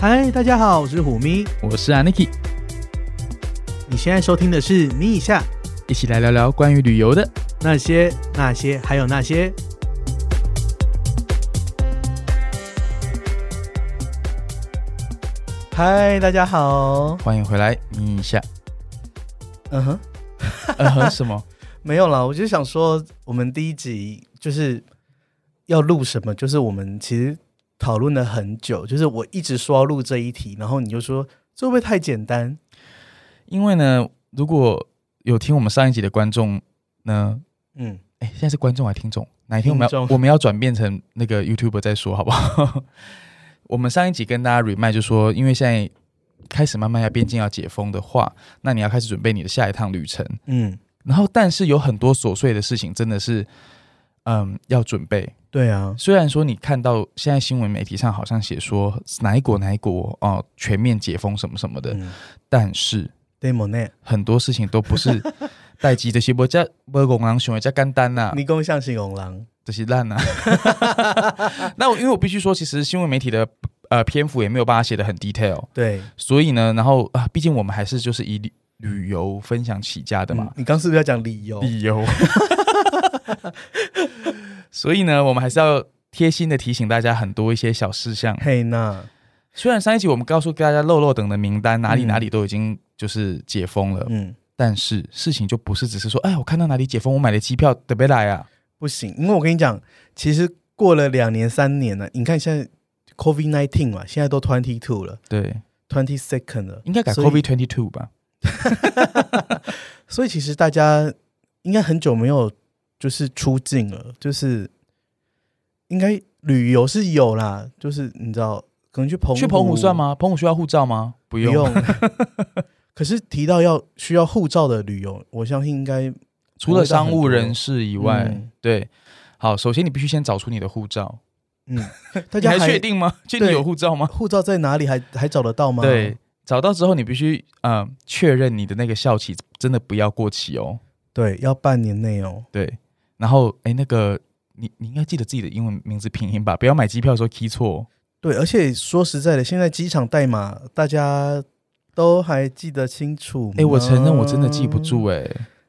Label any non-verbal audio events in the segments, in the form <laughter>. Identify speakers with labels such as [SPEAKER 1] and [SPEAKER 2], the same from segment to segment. [SPEAKER 1] 嗨，大家好，我是虎咪。
[SPEAKER 2] 我是 Aniki，
[SPEAKER 1] 你现在收听的是《咪一下
[SPEAKER 2] 一起来聊聊关于旅游的。
[SPEAKER 1] 那些那些还有那些》。嗨，大家好。
[SPEAKER 2] 欢迎回来，咪
[SPEAKER 1] <laughs>
[SPEAKER 2] 一下。
[SPEAKER 1] 嗯哼，
[SPEAKER 2] 呃，和什么？
[SPEAKER 1] 没有啦，我就想说，我们第一集就是要录什么，就是我们其实讨论了很久，就是我一直说要录这一题，然后你就说这会不会太简单？
[SPEAKER 2] 因为呢，如果有听我们上一集的观众呢，
[SPEAKER 1] 嗯，
[SPEAKER 2] 哎，现在是观众还是听众？哪一天我们
[SPEAKER 1] 听
[SPEAKER 2] 要
[SPEAKER 1] 众
[SPEAKER 2] 我们要转变成那个 YouTuber 再说，好不好？ <laughs> 我们上一集跟大家 remind 就说，因为现在开始慢慢要边境要解封的话，那你要开始准备你的下一趟旅程。
[SPEAKER 1] 嗯，
[SPEAKER 2] 然后，但是有很多琐碎的事情，真的是，嗯，要准备。
[SPEAKER 1] 对啊，
[SPEAKER 2] 虽然说你看到现在新闻媒体上好像写说哪一国哪一国哦、全面解封什么什么的，
[SPEAKER 1] 嗯
[SPEAKER 2] 但是
[SPEAKER 1] ，demo 呢？
[SPEAKER 2] 很多事情都
[SPEAKER 1] <laughs>
[SPEAKER 2] 不是待机这些，不加不公狼熊加干单呐、
[SPEAKER 1] 你跟我像形容狼，
[SPEAKER 2] 这些
[SPEAKER 1] <laughs>
[SPEAKER 2] 烂呐、那我因为我必须说，其实新闻媒体的呃篇幅也没有办法写的很 detail，
[SPEAKER 1] 对，
[SPEAKER 2] 所以呢，然后啊，毕竟我们还是就是以旅旅游分享起家的嘛
[SPEAKER 1] 嗯，你刚是不是要讲理由？<laughs>
[SPEAKER 2] 理由。所以呢，我们还是要贴心的提醒大家很多一些小事项。
[SPEAKER 1] 嘿那，
[SPEAKER 2] 虽然上一集我们告诉大家漏漏等的名单哪里
[SPEAKER 1] 嗯
[SPEAKER 2] 哪里都已经就是解封了，
[SPEAKER 1] 嗯，
[SPEAKER 2] 但是事情就不是只是说，哎，我看到哪里解封，我买的机票得不来啊？
[SPEAKER 1] 不行，因为我跟你讲，其实过了两年三年了，你看现在 COVID nineteen 嘛，现在都 twenty two 了
[SPEAKER 2] 对，
[SPEAKER 1] ，twenty second 了，
[SPEAKER 2] 应该改
[SPEAKER 1] 所以
[SPEAKER 2] COVID twenty two 吧？
[SPEAKER 1] 所以其实大家应该很久没有就是出境了，就是应该旅游是有啦，就是你知道，可能去澎湖
[SPEAKER 2] 去澎湖算？吗？澎湖需要护照吗？不
[SPEAKER 1] 不
[SPEAKER 2] 用，
[SPEAKER 1] 用。 <laughs> 可是提到要需要护照的旅游，我相信应该
[SPEAKER 2] 除了商务人士以外，
[SPEAKER 1] 嗯
[SPEAKER 2] 对。好，首先你必须先找出你的护照，
[SPEAKER 1] 嗯，
[SPEAKER 2] <laughs>
[SPEAKER 1] 大
[SPEAKER 2] 你
[SPEAKER 1] 家
[SPEAKER 2] 还确定吗？确定有护照吗？
[SPEAKER 1] 护照在哪里还还找得到吗？
[SPEAKER 2] 对，找到之后你必须呃确认你的那个校期真的不要过期哦。
[SPEAKER 1] 对，要半年内哦。
[SPEAKER 2] 对，然后哎，诶那个你你应该记得自己的英文名字拼音吧，不要买机票的时候 key 错哦。
[SPEAKER 1] 对，而且说实在的，现在机场代码大家都还记得清楚。
[SPEAKER 2] 哎，我承认我真的记不。住哎、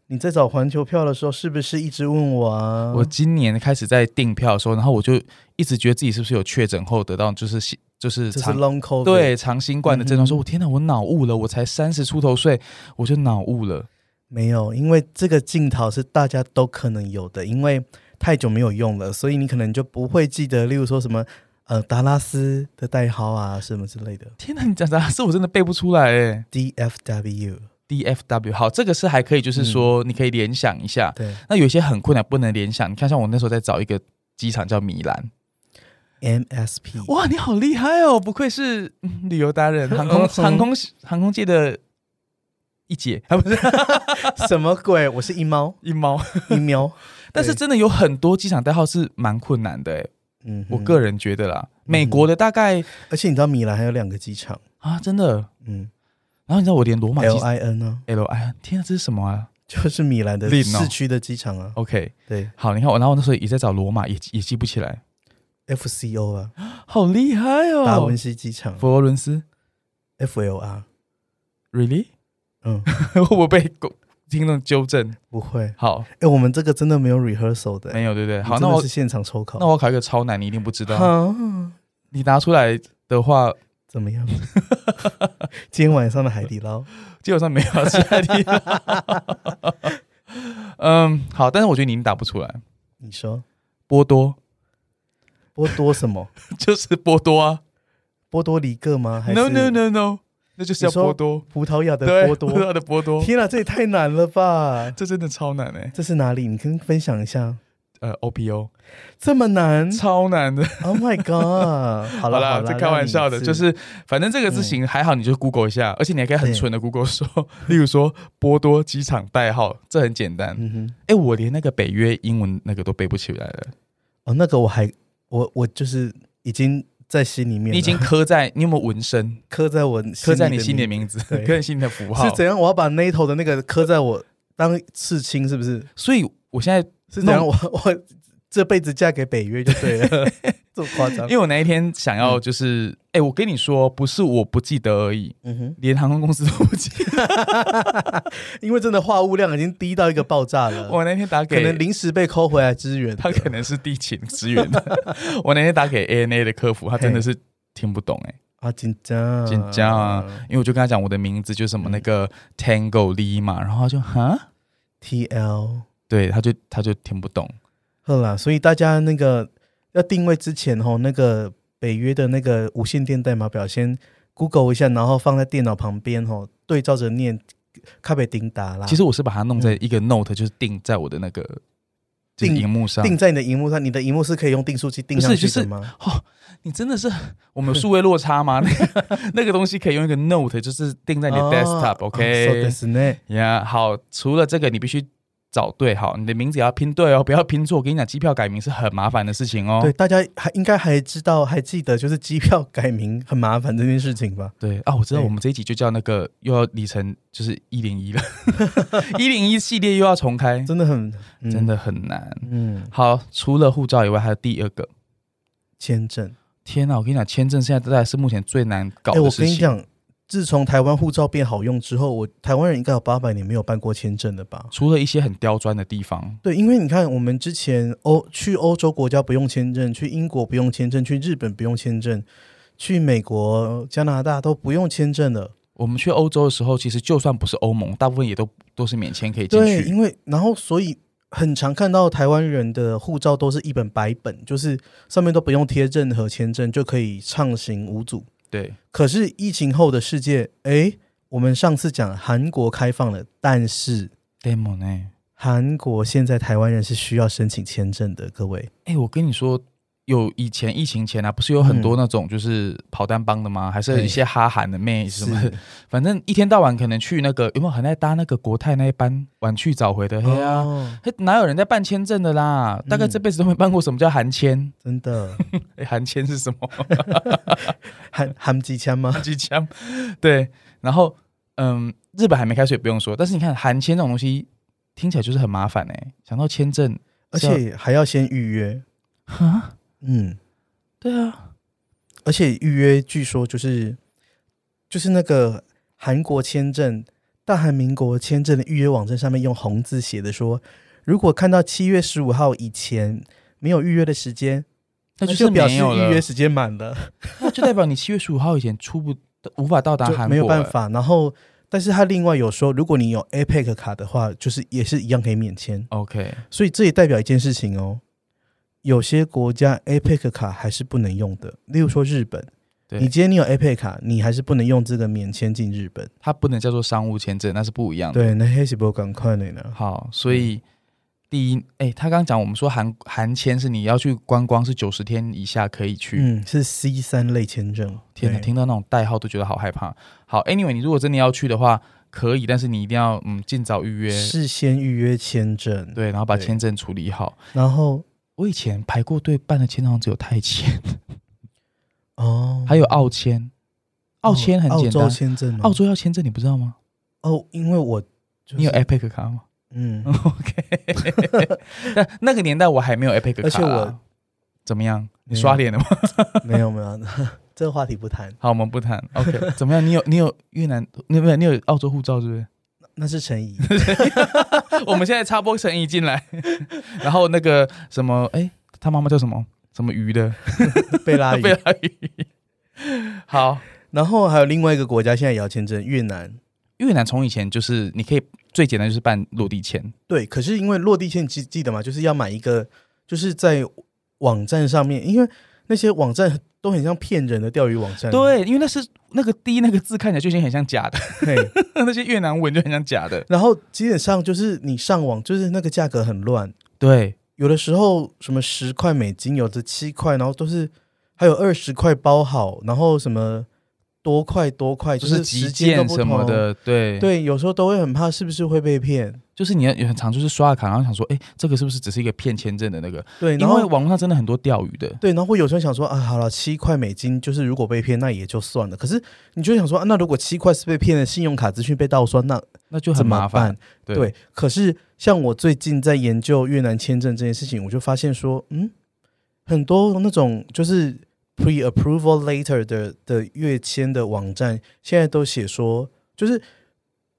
[SPEAKER 1] 你在找环球票的时候，是不是一直问我啊？
[SPEAKER 2] 我今年开始在订票的时候，然后我就一直觉得自己是不是有确诊后得到就是新就是
[SPEAKER 1] 这是
[SPEAKER 2] 长
[SPEAKER 1] long covid。，
[SPEAKER 2] 对长新冠的
[SPEAKER 1] 嗯
[SPEAKER 2] 症状，
[SPEAKER 1] 哼
[SPEAKER 2] 说我天哪，我脑雾了，我才三十出头岁，我就脑雾了。
[SPEAKER 1] 没有，因为这个镜头是大家都可能有的，因为太久没有用了，所以你可能就不会记得，例如说什么呃达拉斯的代号啊，什么之类的。
[SPEAKER 2] 天哪，你讲啥？是 <laughs> 我真的背不出来哎、
[SPEAKER 1] DFW，
[SPEAKER 2] DFW，好，这个是还可以，就是说你可以联想一下。 <laughs>
[SPEAKER 1] 对
[SPEAKER 2] 那有一些很困难不能联想，你看像我那时候在找一个机场叫米兰，
[SPEAKER 1] ，MSP。
[SPEAKER 2] 哇，你好厉害哦！不愧是、嗯旅游达
[SPEAKER 1] <laughs>
[SPEAKER 2] 人，航空
[SPEAKER 1] 嗯
[SPEAKER 2] 航空航空界的一姐， <laughs> 啊，不是
[SPEAKER 1] 什么鬼？我是一猫
[SPEAKER 2] 一猫。
[SPEAKER 1] 一喵。
[SPEAKER 2] 但是真的有很多机场代号是蛮困难的、欸，
[SPEAKER 1] 嗯哼，
[SPEAKER 2] 我个人觉得啦，美国的大概
[SPEAKER 1] 而且你知道米兰还有两个机场，
[SPEAKER 2] 啊，真的。
[SPEAKER 1] 嗯
[SPEAKER 2] 然后你知道我连罗马
[SPEAKER 1] ，L
[SPEAKER 2] 机
[SPEAKER 1] I N 啊， <laughs>
[SPEAKER 2] L I，天啊，这是什么啊
[SPEAKER 1] 就是米兰的
[SPEAKER 2] Lin 哦
[SPEAKER 1] 市区的机场啊，
[SPEAKER 2] ？OK，
[SPEAKER 1] 对
[SPEAKER 2] 好，你看我，然后那时候也在找罗马，也也记不起来，
[SPEAKER 1] ，F C O 啊，
[SPEAKER 2] 好厉害哦！
[SPEAKER 1] 达文西机场
[SPEAKER 2] 佛罗伦斯
[SPEAKER 1] ，F L R，
[SPEAKER 2] ，really？ <laughs>
[SPEAKER 1] 嗯，
[SPEAKER 2] 会不会被狗听众纠正？
[SPEAKER 1] 不会，
[SPEAKER 2] 好，
[SPEAKER 1] 哎，我们这个真的没有 rehearsal 的，欸
[SPEAKER 2] 没有，对不对？好，
[SPEAKER 1] 你
[SPEAKER 2] 那
[SPEAKER 1] 真的
[SPEAKER 2] 我
[SPEAKER 1] 是现场抽考，
[SPEAKER 2] 那我考一个超难，你一定不知道。
[SPEAKER 1] 哈
[SPEAKER 2] 你拿出来的话，
[SPEAKER 1] 怎么
[SPEAKER 2] <laughs>
[SPEAKER 1] 样？今天晚上的海底捞，
[SPEAKER 2] 基本上没有其他地方。
[SPEAKER 1] <laughs>
[SPEAKER 2] 嗯，好，但是我觉得你一定答不出来。
[SPEAKER 1] 你说
[SPEAKER 2] 波多
[SPEAKER 1] 波多什么？ <laughs>
[SPEAKER 2] 就是波多啊
[SPEAKER 1] 波多黎各吗？还是
[SPEAKER 2] ，no no no no，那就是要
[SPEAKER 1] 你说
[SPEAKER 2] 波多，
[SPEAKER 1] 葡萄牙的
[SPEAKER 2] 对，
[SPEAKER 1] 波
[SPEAKER 2] <laughs> 葡萄
[SPEAKER 1] 多？
[SPEAKER 2] 牙的波多，
[SPEAKER 1] 天啊，这也太难了吧！
[SPEAKER 2] 这真的超难哎、
[SPEAKER 1] 这是哪里？你跟分享一下，
[SPEAKER 2] 呃，O P O
[SPEAKER 1] 这么难
[SPEAKER 2] 超难的。
[SPEAKER 1] ？Oh my
[SPEAKER 2] <laughs>
[SPEAKER 1] god！好了
[SPEAKER 2] 啦，
[SPEAKER 1] 好了，
[SPEAKER 2] 这开玩笑的，
[SPEAKER 1] 让你一次嗯
[SPEAKER 2] 就是反正这个事情还好，你就 Google 一下，而且你还可以很蠢的 Google 说，例如说波多机场代号，这很简单。
[SPEAKER 1] 嗯哼。
[SPEAKER 2] 哎，我连那个北约英文那个都背不起来了，
[SPEAKER 1] 哦，那个我还我我就是已经在心里面了，
[SPEAKER 2] 你已经刻在，你有没有纹身？
[SPEAKER 1] 刻在我
[SPEAKER 2] 刻在你
[SPEAKER 1] 心
[SPEAKER 2] 心里
[SPEAKER 1] 里
[SPEAKER 2] 的
[SPEAKER 1] 面
[SPEAKER 2] 名字，
[SPEAKER 1] 对
[SPEAKER 2] 刻在你心里的符号
[SPEAKER 1] 是。怎样？我要把 NATO 的那个刻在我当刺青，是不是？
[SPEAKER 2] 所以我现在
[SPEAKER 1] 是怎样？
[SPEAKER 2] 弄
[SPEAKER 1] 我我这辈子嫁给北约就对了，这么夸张
[SPEAKER 2] <laughs> 因？为我那一天想要就是，哎、我跟你说，不是我不记得而已，
[SPEAKER 1] 嗯哼，
[SPEAKER 2] 连航空公司都不记得。
[SPEAKER 1] <laughs> 因为真的话物量已经低到一个爆炸了，
[SPEAKER 2] 我那天打
[SPEAKER 1] 嗯可
[SPEAKER 2] 给
[SPEAKER 1] 能临时被抠回来支援的。
[SPEAKER 2] 他可能是地勤支援
[SPEAKER 1] <laughs>
[SPEAKER 2] 的。我那天打给 ANA 的客服，他真的是听不懂哎、
[SPEAKER 1] 啊，紧张，
[SPEAKER 2] 紧张啊，因为我就跟他讲我的名字就是什
[SPEAKER 1] 嗯
[SPEAKER 2] 么那个 Tango Lima，然后他就哈，
[SPEAKER 1] TL。
[SPEAKER 2] 对，他就他就听不懂。
[SPEAKER 1] 好啦，所以大家那个要定位之前吼，那个北约的那个无线电代码表先 Google 一下，然后放在电脑旁边吼，对照着念，卡贝丁达啦。
[SPEAKER 2] 其实我是把它弄在一个 Note，就是定在我的那个就是
[SPEAKER 1] 定
[SPEAKER 2] 荧幕上。
[SPEAKER 1] 定在你的荧幕上，你的荧幕是可以用订书机定
[SPEAKER 2] 不是
[SPEAKER 1] 上去
[SPEAKER 2] 就是
[SPEAKER 1] 的吗？
[SPEAKER 2] 哦，你真的是我们有数位落差吗？那个 <laughs> 那个东西可以用一个 Note，就是定在你的
[SPEAKER 1] 哦
[SPEAKER 2] desktop，OK？、
[SPEAKER 1] 是呢。
[SPEAKER 2] 呀好，除了这个，你必须找对好，你的名字也要拼对哦，不 <laughs> 要拼错。我跟你讲，机票改名是很麻烦的事情哦。
[SPEAKER 1] 对，大家还应该还知道，还记得就是机票改名很麻烦这件事情吧？
[SPEAKER 2] 对啊，我知道，
[SPEAKER 1] 对
[SPEAKER 2] 我们这一集就叫那个又要里程就是一
[SPEAKER 1] <laughs>
[SPEAKER 2] 零一了， <laughs> 一零一系列又要重开，
[SPEAKER 1] 真的很，嗯
[SPEAKER 2] 真，的很难。
[SPEAKER 1] 嗯，
[SPEAKER 2] 好，除了护照以外，还有第二个。
[SPEAKER 1] 签证。
[SPEAKER 2] 天啊，我跟你讲，签证现在大概是目前最难搞
[SPEAKER 1] 哎、
[SPEAKER 2] 的
[SPEAKER 1] 我
[SPEAKER 2] 事
[SPEAKER 1] 跟你
[SPEAKER 2] 情。
[SPEAKER 1] 讲，自从台湾护照变好用之后，我台湾人应该有八百年没有办过签证了吧？
[SPEAKER 2] 除了一些很刁钻的地方，
[SPEAKER 1] 对，因为你看，我们之前欧去欧洲国家不用签证，去英国不用签证，去日本不用签证，去美国、加拿大都不用签证了。
[SPEAKER 2] 我们去欧洲的时候，其实就算不是欧盟，大部分也都都是免签可以进
[SPEAKER 1] 对，
[SPEAKER 2] 去。
[SPEAKER 1] 因为然后所以很常看到台湾人的护照都是一本白本，就是上面都不用贴任何签证就可以畅行无阻。
[SPEAKER 2] 对，
[SPEAKER 1] 可是疫情后的世界，诶，我们上次讲韩国开放了，但是
[SPEAKER 2] demo 呢？
[SPEAKER 1] 韩国现在台湾人是需要申请签证的，各位。
[SPEAKER 2] 哎、我跟你说，有以前疫情前啊，不是有很
[SPEAKER 1] 嗯
[SPEAKER 2] 多那种就是跑单帮的吗？还是有一些哈韩的妹什么的， <laughs> 反正一天到晚可能去那个有没有很爱搭那个国泰那一班晚去早回的？嘿啊，
[SPEAKER 1] 哦嗯
[SPEAKER 2] 嘿哪有人在办签证的啦？大概这辈子都没办过什么叫韩签。
[SPEAKER 1] 真的，
[SPEAKER 2] 哎、韩签是什么？
[SPEAKER 1] 韩韩机枪吗？
[SPEAKER 2] 机枪。对，然后嗯，日本还没开始也不用说，但是你看韩签这种东西听起来就是很麻烦哎、想到签证，
[SPEAKER 1] 而且还要先预约。
[SPEAKER 2] 哈，
[SPEAKER 1] 嗯，
[SPEAKER 2] 对啊，
[SPEAKER 1] 而且预约据说就是就是那个韩国签证、大韩民国签证的预约网站上面用红字写的说，如果看到七月十五号以前没有预约的时间，
[SPEAKER 2] 那
[SPEAKER 1] 就
[SPEAKER 2] 就是
[SPEAKER 1] 表
[SPEAKER 2] 没
[SPEAKER 1] 示
[SPEAKER 2] 有了
[SPEAKER 1] 预约时间满了，
[SPEAKER 2] 那就代表你七月十五号以前出不无法到达韩
[SPEAKER 1] 就
[SPEAKER 2] 国，哎
[SPEAKER 1] 没有办。法。然后，但是他另外有说，如果你有 APEC 卡的话，就是也是一样可以免签。
[SPEAKER 2] OK，
[SPEAKER 1] 所以这也代表一件事情哦。有些国家 APEC 卡还是不能用的，例如说日本，
[SPEAKER 2] 对
[SPEAKER 1] 你今天你有 APEC 卡，你还是不能用这个免签进日本。
[SPEAKER 2] 它不能叫做商务签证，那是不一样的。
[SPEAKER 1] 对，那黑西波赶快的呢？
[SPEAKER 2] 好，所以第一，哎、他刚刚讲我们说韩韩签是你要去观光是九十天以下可以去。
[SPEAKER 1] 嗯，是 C 三类签证。
[SPEAKER 2] 天哪，
[SPEAKER 1] 对
[SPEAKER 2] 听到那种代号都觉得好害怕。好，Anyway，你如果真的要去的话，可以，但是你一定要嗯尽早预约，
[SPEAKER 1] 事先预约签证，
[SPEAKER 2] 对，然后把
[SPEAKER 1] 对
[SPEAKER 2] 签证处理好。
[SPEAKER 1] 然后
[SPEAKER 2] 我以前排过队办的签好像只有泰签，
[SPEAKER 1] 哦，
[SPEAKER 2] 还有澳签，澳签很简
[SPEAKER 1] 澳
[SPEAKER 2] 单
[SPEAKER 1] 洲。签证吗？
[SPEAKER 2] 澳洲要签证，你不知道吗？
[SPEAKER 1] 哦，因为我、就是、
[SPEAKER 2] 你有 APEC 卡吗？
[SPEAKER 1] 嗯，
[SPEAKER 2] <laughs> OK，但 <laughs> 那个年代我还没有 Epic 卡啦，啊
[SPEAKER 1] 而且我
[SPEAKER 2] 怎么样？你
[SPEAKER 1] 没有
[SPEAKER 2] 刷脸了吗？
[SPEAKER 1] 没有没有， <laughs> 这个话题不谈，
[SPEAKER 2] <laughs> 好，我们不谈。OK，怎么 <laughs> 样？你有你有越南，你不是你有澳洲护照是不是？
[SPEAKER 1] 那是陈怡。
[SPEAKER 2] <laughs> 我们现在插播陈怡进来， <laughs> 然后那个什么，哎、他妈妈叫什么？什么鱼的？
[SPEAKER 1] 贝拉
[SPEAKER 2] <laughs> 贝
[SPEAKER 1] 语。
[SPEAKER 2] 拉鱼。好，
[SPEAKER 1] 然后还有另外一个国家现在也要签证，越南。
[SPEAKER 2] 越南从以前就是你可以最简单就是办落地签，
[SPEAKER 1] 对，可是因为落地签记记得吗？就是要买一个，就是在网站上面，因为那些网站都很像骗人的钓鱼网站。
[SPEAKER 2] 对，因为那是那个第一那个字看起来就已经很像假的， <laughs>
[SPEAKER 1] 嘿，
[SPEAKER 2] 那些越南文就很像假的。
[SPEAKER 1] 然后基本上就是你上网，就是那个价格很乱，
[SPEAKER 2] 对，
[SPEAKER 1] 有的时候什么十块美金，有的七块，然后都是还有二十块包好，然后什么多块多块，
[SPEAKER 2] 就是是
[SPEAKER 1] 时
[SPEAKER 2] 急
[SPEAKER 1] 间都
[SPEAKER 2] 件
[SPEAKER 1] 不
[SPEAKER 2] 什么
[SPEAKER 1] 同。
[SPEAKER 2] 的，对。
[SPEAKER 1] 对，有时候都会很怕是不是会被骗。
[SPEAKER 2] 就是你很常就是刷了卡，然后想说，哎、这个是不是只是一个骗签证的那个？
[SPEAKER 1] 对，
[SPEAKER 2] 因
[SPEAKER 1] 然
[SPEAKER 2] 为
[SPEAKER 1] 后
[SPEAKER 2] 网络上真的很多钓鱼的，
[SPEAKER 1] 对，然后有时候想说啊，好了，七块美金，就是如果被骗，那也就算了。可是你就想说，啊、那如果七块是被骗的，信用卡资讯被盗刷，那
[SPEAKER 2] 那就
[SPEAKER 1] 怎
[SPEAKER 2] 很麻
[SPEAKER 1] 么
[SPEAKER 2] 烦
[SPEAKER 1] 办。？
[SPEAKER 2] 对
[SPEAKER 1] 可是像我最近在研究越南签证这件事情，我就发现说，嗯，很多那种就是 pre approval later 的的跃迁的网站，现在都写说，就是